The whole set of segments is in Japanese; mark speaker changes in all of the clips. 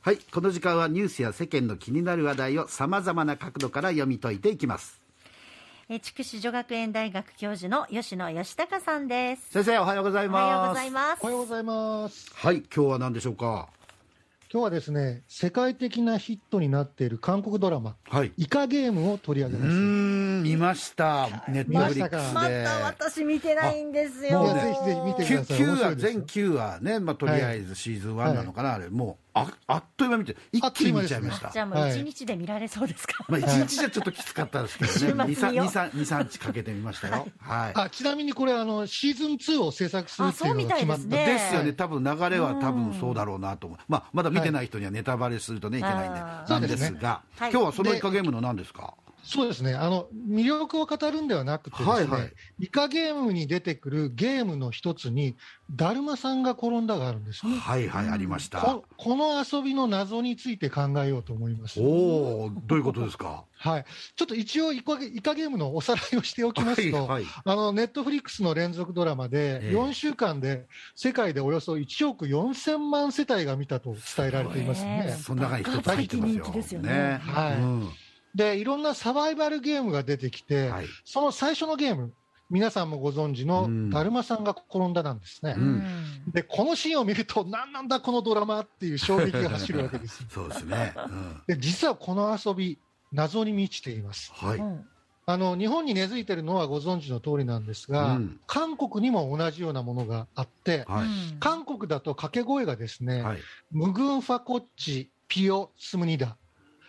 Speaker 1: はいこの時間はニュースや世間の気になる話題をさまざまな角度から読み解いていきます
Speaker 2: え筑紫女学園大学教授の吉野義孝さんです
Speaker 1: 先生おはようござい
Speaker 2: おはよう
Speaker 1: ま
Speaker 2: ご
Speaker 1: す
Speaker 2: ざいます
Speaker 3: おはようございます。
Speaker 1: はい今日は何でしょうか
Speaker 3: 今日はですね、世界的なヒットになっている韓国ドラマ、
Speaker 1: はい
Speaker 3: イカゲームを取り
Speaker 1: う
Speaker 3: 上げ
Speaker 1: ー
Speaker 3: ます。
Speaker 1: ん見ましたネット
Speaker 3: 見ま
Speaker 1: フ
Speaker 3: し
Speaker 1: リッ
Speaker 3: たか
Speaker 1: クス
Speaker 2: ま
Speaker 1: で
Speaker 2: た私見てないんですよ
Speaker 1: あ
Speaker 3: い
Speaker 1: もうね
Speaker 3: や、ぜひぜひ見てください。
Speaker 1: 9
Speaker 3: 面白
Speaker 1: 話
Speaker 3: いです
Speaker 1: 全9
Speaker 3: よ。
Speaker 1: 話ね、まあ、とりあえずシーズン1なのかな、あれもうああっという間見て一気に見ちゃいまし
Speaker 3: あ
Speaker 1: た
Speaker 2: じゃあもう一日で見られそうですか、
Speaker 1: まあ、1日じゃちょっときつかったですけどね、
Speaker 2: はい週末見よう
Speaker 1: 23 23日かけてみましたよ。はい
Speaker 3: あ、ちなみにこれ、あの、シーズン2を制作するっていうのが決まっ
Speaker 2: あそうみたいです
Speaker 3: た。
Speaker 1: で
Speaker 2: ね
Speaker 1: すよね、多分流れは多分そうだろうなと思う、まあ、まだ見てない人にはネタバレするとね、いけないんで、
Speaker 2: あー
Speaker 1: なんですが、
Speaker 2: はい
Speaker 1: 今日はそのイカゲームの何ですか、
Speaker 3: そうですね。あの、魅力を語るんではなくてですね、
Speaker 1: はいはい
Speaker 3: イカゲームに出てくるゲームの一つに、だるまさんが転んだがあるんですね。
Speaker 1: はいはい、ありました
Speaker 3: こ。この遊びの謎について考えようと思います。
Speaker 1: おお、どういうことですか。
Speaker 3: はい、ちょっと一応イカゲ、イカゲームのおさらいをしておきますと、
Speaker 1: はいはい
Speaker 3: あのネットフリックスの連続ドラマで、
Speaker 1: ええ
Speaker 3: 4週間で世界でおよそ1億4000万世帯が見たと伝えられていますね。
Speaker 1: その中に一つ入ってますよ。
Speaker 2: 人気ですよね
Speaker 3: はい
Speaker 1: うん
Speaker 3: で、いろんなサバイバルゲームが出てきて、
Speaker 1: はい
Speaker 3: その最初のゲーム、皆さんもご存知の
Speaker 1: うん、
Speaker 3: だるまさんが転んだなんですね。
Speaker 1: うん。
Speaker 3: で、このシーンを見ると、なんなんだこのドラマっていう衝撃が走るわけですよ
Speaker 1: そうですね。うん
Speaker 3: で、実はこの遊び、謎に満ちています。
Speaker 1: は
Speaker 2: う
Speaker 1: い。
Speaker 2: ん
Speaker 3: あの日本に根付いてるのはご存知の通りなんですが、
Speaker 1: うん
Speaker 3: 韓国にも同じようなものがあって、
Speaker 1: は
Speaker 3: 韓国だと掛け声がですね、
Speaker 1: い。はい。
Speaker 3: ムグンファコッチピオスムニダ、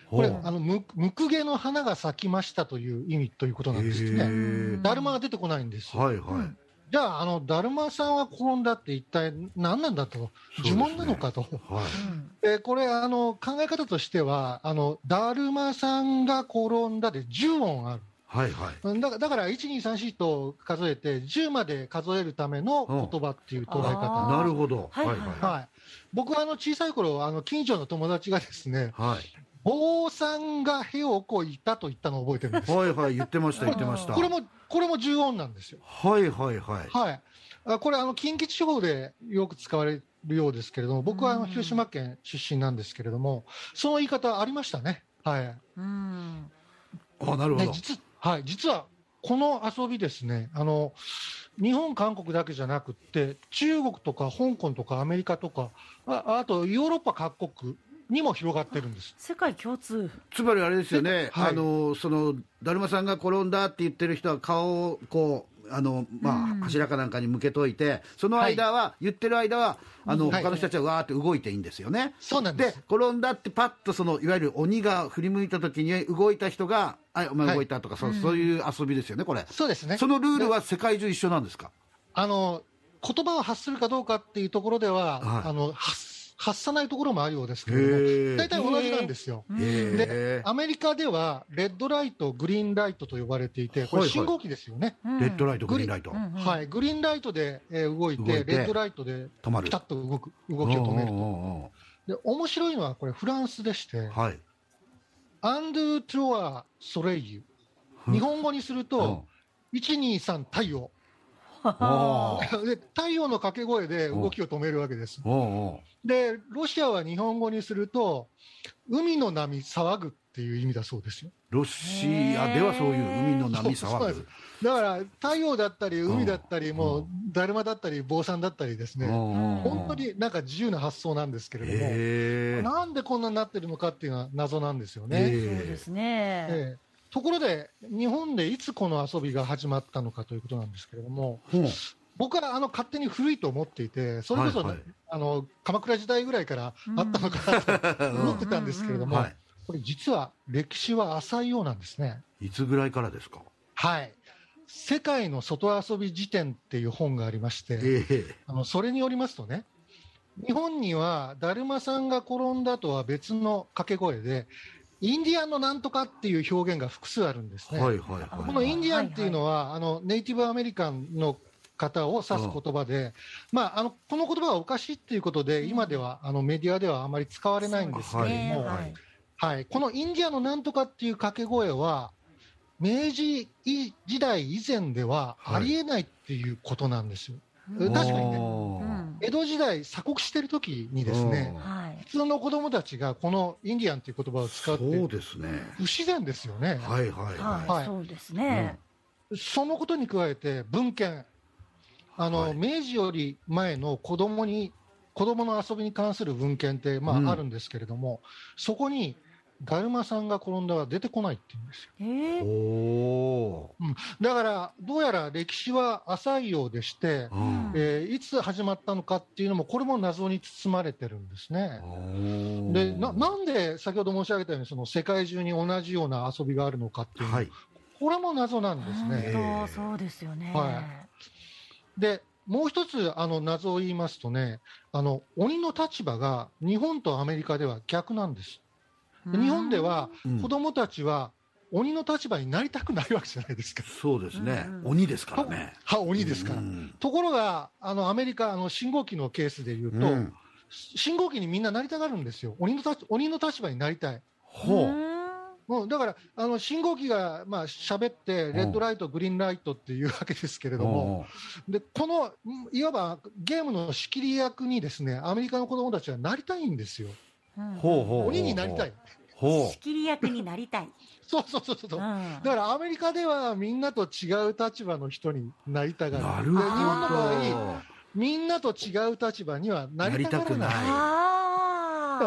Speaker 3: これ、
Speaker 1: ほう
Speaker 3: あのムムクゲの花が咲きましたという意味ということなんです
Speaker 1: へ
Speaker 3: ね。
Speaker 1: ー
Speaker 3: だるまが出てこないんですよ。
Speaker 1: はいはい。
Speaker 3: じゃあ、あのだるまさんは転んだって一体何なんだと、
Speaker 1: そうですね
Speaker 3: 呪文なのかと。
Speaker 1: はい。
Speaker 3: でこれあの、考え方としては、あのだるまさんが転んだで10音ある。
Speaker 1: はいはい。
Speaker 3: うんだだから、1、2、3、4と数えて、10まで数えるための言葉っていう捉え
Speaker 2: あ
Speaker 3: 方。
Speaker 1: なるほど。
Speaker 2: はいはい
Speaker 3: はい、僕はあの小さい頃あの近所の友達がですね、
Speaker 1: はい。
Speaker 3: 坊さんがへをこいたと言ったのを覚えてるんです。
Speaker 1: はいはい。言ってました、言ってました。
Speaker 3: これも、これも重音なんですよ。
Speaker 1: はいはいはい。
Speaker 3: はい。あこれ、あの、近畿地方でよく使われるようですけれども、僕はあ
Speaker 2: う
Speaker 3: の
Speaker 2: ん
Speaker 3: 広島県出身なんですけれども、その言い方ありましたね。はい。
Speaker 2: うん
Speaker 1: あ、なるほ
Speaker 3: ね
Speaker 1: ど。
Speaker 3: 実はい、実はこの遊びですねあの、日本、韓国だけじゃなくって、中国とか香港とかアメリカとか、ああとヨーロッパ各国にも広がってるんです。
Speaker 2: 世界共通
Speaker 1: つまりあれですよね、
Speaker 3: はい
Speaker 1: あのそのだるまさんが転んだって言ってる人は顔をこうあのまあ、
Speaker 2: うん
Speaker 1: 柱かなんかに向けといてその間は、言ってる間はあの、
Speaker 3: はい
Speaker 1: 他の人たちはわーって動いていいんですよね。
Speaker 3: そうなん
Speaker 1: で
Speaker 3: です。
Speaker 1: 転んだってパッとそのいわゆる鬼が振り向いた時に動いた人が「あお前動いた」とか、そうそういう遊びですよねこれ、
Speaker 3: そうですね
Speaker 1: そのルールは世界中一緒なんですか
Speaker 3: あの言葉を発するかどうかっていうところでは、
Speaker 1: はい
Speaker 3: あの発発さないところもあるようですけれども、
Speaker 1: へ
Speaker 3: 大体同じなんですよ。
Speaker 1: え
Speaker 3: アメリカではレッドライト、グリーンライトと呼ばれていて、こ
Speaker 1: はいはい
Speaker 3: れ、信号機ですよね、
Speaker 1: レッドライトグ
Speaker 3: グ
Speaker 1: リー
Speaker 3: リ
Speaker 1: ンライト、
Speaker 2: うんうん
Speaker 3: はい、グリーンライトで、えー動いて
Speaker 1: 動いて
Speaker 3: レッドライトで
Speaker 1: 止まる
Speaker 3: ピタッと動く動きを止める
Speaker 1: うんうんうんうん
Speaker 3: で面白いのはこれフランスでして
Speaker 1: はい
Speaker 3: 「アンドゥ・トゥア・ソレイユ」
Speaker 1: うん
Speaker 3: 日本語にすると
Speaker 1: う
Speaker 3: 「123太陽
Speaker 1: んあ」ー
Speaker 3: で太陽の掛け声で動きを止めるわけです
Speaker 1: うんうん
Speaker 3: でロシアは日本語にすると「海の波騒ぐ」っていう意味だそうですよ
Speaker 1: ロシアではそういう海の波
Speaker 3: そう
Speaker 1: 騒
Speaker 3: そう
Speaker 1: ぐ
Speaker 3: ですだから太陽だったり海だったり
Speaker 1: うん
Speaker 3: も
Speaker 1: う
Speaker 3: うだるまだったり坊さんだったりですね本
Speaker 1: 本
Speaker 3: 当になんか自由な発想なんですけれども、
Speaker 1: え
Speaker 3: なんでこんなになってるのかっていうのは謎なんですよね。
Speaker 2: そう
Speaker 1: え
Speaker 2: ですね
Speaker 3: ええところで、日本でいつこの遊びが始まったのかということなんですけれども、
Speaker 1: ほう
Speaker 3: 僕はあの勝手に古いと思っていて、それこそね、
Speaker 1: はいはい
Speaker 3: あの鎌倉時代ぐらいからあったのかなと思ってたんですけれども、
Speaker 1: は
Speaker 3: これ、実は歴史は浅いようなんですね。
Speaker 1: いいつぐらいからですか
Speaker 3: はい世界の外遊び辞典っていう本がありまして、
Speaker 1: ええ
Speaker 3: あのそれによりますとね、日本にはだるまさんが転んだとは別の掛け声で、インディアンのなんとかっていう表現が複数あるんですね。
Speaker 1: はいはいはい
Speaker 3: このインディアンっていうのは、あのネイティブアメリカンの方を指す言葉で、まあ、あのこの言葉はおかしいっていうことで、今ではあのメディアではあまり使われないんですけれど
Speaker 2: ね
Speaker 3: も、
Speaker 2: は
Speaker 1: はいい
Speaker 3: はい、このインディアンのなんとかっていう掛け声は、明治時代以前ではありえないっていうことなんですよ。
Speaker 2: うん
Speaker 3: 確かにね
Speaker 1: おー
Speaker 2: うん
Speaker 3: 江戸時代鎖国してる時にですね、
Speaker 1: うん
Speaker 2: はい
Speaker 3: 普通の子供たちがこのインディアンという言葉を使うって
Speaker 1: そうですね。
Speaker 3: 不自然ですよね、
Speaker 1: はいはい
Speaker 2: はい、
Speaker 1: は
Speaker 3: はい
Speaker 2: そうですね、
Speaker 3: そのことに加えて文献あの、
Speaker 1: はい
Speaker 3: 明治より前の子供に子供の遊びに関する文献って、ま
Speaker 1: うん
Speaker 3: あ、あるんですけれども、そこにだるまさんが転んだは出てこないって言うんですよ
Speaker 2: え
Speaker 1: い。お
Speaker 2: ー
Speaker 1: お
Speaker 3: だからどうやら歴史は浅いようでして、
Speaker 1: ー。うん
Speaker 3: えーいつ始まったのかっていうのもこれも謎に包まれてるんですね。
Speaker 1: おー
Speaker 3: でななんで先ほど申し上げたようにその世界中に同じような遊びがあるのかっていうの、
Speaker 1: はい。
Speaker 3: これも謎なんです
Speaker 2: 本当、
Speaker 3: ね。
Speaker 1: ええ
Speaker 2: そうですよね、
Speaker 3: はでもう一つあの謎を言いますとねあの鬼の立場が日本とアメリカでは逆なんです。で
Speaker 2: うん
Speaker 3: 日本では
Speaker 1: うん
Speaker 3: 子供たちは鬼の立場になりたくないわけじゃないですか。
Speaker 1: そうですね
Speaker 2: うん。
Speaker 1: 鬼ですからね。
Speaker 3: は鬼ですから。
Speaker 1: うん
Speaker 3: ところがあのアメリカあの信号機のケースで言うと、
Speaker 1: うん
Speaker 3: 信号機にみんななりたがるんですよ、鬼の立鬼の立場になりたい、
Speaker 1: ほ
Speaker 2: う
Speaker 1: う。
Speaker 3: うん、だからあの信号機がまあ喋って、レッドライト、グリーンライトっていうわけですけれども、
Speaker 1: おー
Speaker 3: でこのんいわばゲームの仕切り役に、ですねアメリカの子供たちはなりたいんですよ、
Speaker 2: ん
Speaker 1: ほうほう
Speaker 3: 鬼になりたい、
Speaker 1: ほ
Speaker 2: 仕切り役になりたい、
Speaker 3: そうそうそう そう、
Speaker 2: うん、
Speaker 3: だからアメリカではみんなと違う立場の人になりた
Speaker 1: う。
Speaker 3: がる、
Speaker 1: なるほ
Speaker 3: で日本の場合、
Speaker 1: ど。
Speaker 3: みんなと違う立場にはなりたがら
Speaker 1: なりたくな
Speaker 3: ないい。だか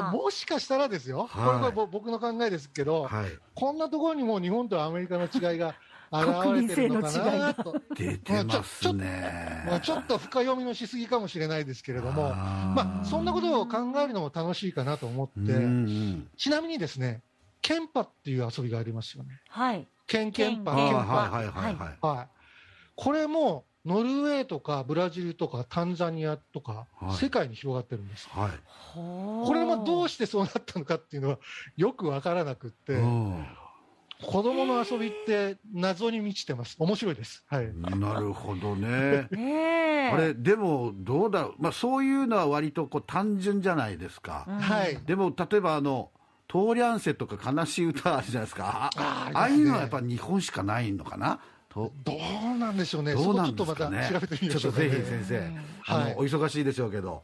Speaker 3: ら
Speaker 2: あ
Speaker 3: もしかしたらです
Speaker 1: は
Speaker 3: よ、
Speaker 1: い
Speaker 3: これはぼ僕の考えですけど、
Speaker 1: はい。
Speaker 3: こんなところにもう日本とアメリカの違 いが現れてるのかなと、
Speaker 1: 出てますね。
Speaker 3: まあ、ちょっと深読みのしすぎかもしれないですけれども、
Speaker 1: あー
Speaker 3: まあ、そんなことを考えるのも楽しいかなと思
Speaker 1: う
Speaker 3: っ
Speaker 1: ん
Speaker 3: て、
Speaker 1: うん
Speaker 3: ちなみにですね、ケンパっていう遊びがありますよね。
Speaker 2: あはい
Speaker 3: ケンケンパ、
Speaker 1: あー
Speaker 3: ケン
Speaker 2: 剣
Speaker 3: パ。
Speaker 1: はいはいはいはい。
Speaker 3: はい。これもノルウェーとかブラジルとかタンザニアとか、
Speaker 1: はい
Speaker 3: 世界に広がってるんです。
Speaker 1: はい。
Speaker 2: ほ
Speaker 3: これもどう
Speaker 2: し
Speaker 3: してそうなったのかっていうのはよくわからなくって、
Speaker 1: う
Speaker 3: 子供の遊びって謎に満ちてます。面白いです。はい。
Speaker 1: んなるほどね。
Speaker 2: ねえ
Speaker 1: あれでもどうだろう、まあ、そういうのは割とこう単純じゃないですか、
Speaker 2: うん
Speaker 3: はい。
Speaker 1: でも例えばあの「トーリャンセ」とか「悲しい歌」あるじゃないですかあ
Speaker 3: あ
Speaker 1: ああいうのはやっ
Speaker 3: りま
Speaker 1: ぱ日本しかないのかなと
Speaker 3: すねどうなんでしょうね。
Speaker 1: どうなんで
Speaker 3: そ
Speaker 1: すか
Speaker 3: こちょっと
Speaker 1: ね
Speaker 3: また調べてみまし
Speaker 1: ち
Speaker 3: ょ
Speaker 1: ょ
Speaker 3: う
Speaker 1: っ
Speaker 3: か
Speaker 1: と
Speaker 3: ね、
Speaker 1: ぜひ先生あの、
Speaker 3: はい
Speaker 1: お忙しいでしょうけど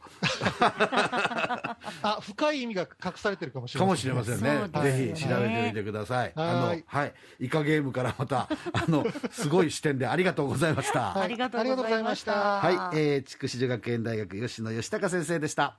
Speaker 3: あ、深い意味が隠されてるかもしれ
Speaker 1: か
Speaker 3: ません、
Speaker 1: もしれません
Speaker 2: そ
Speaker 1: ね
Speaker 2: うです
Speaker 1: ぜ
Speaker 2: ね
Speaker 1: ひ調べてみてくださいあ
Speaker 3: は
Speaker 1: の
Speaker 3: い
Speaker 1: はいイカゲームからまたあのすごい視点でありがとうございました
Speaker 2: ありがとうございました
Speaker 3: ありがとうござ
Speaker 1: はい、
Speaker 3: いました
Speaker 1: えー、筑紫女学園大学吉野義孝先生でした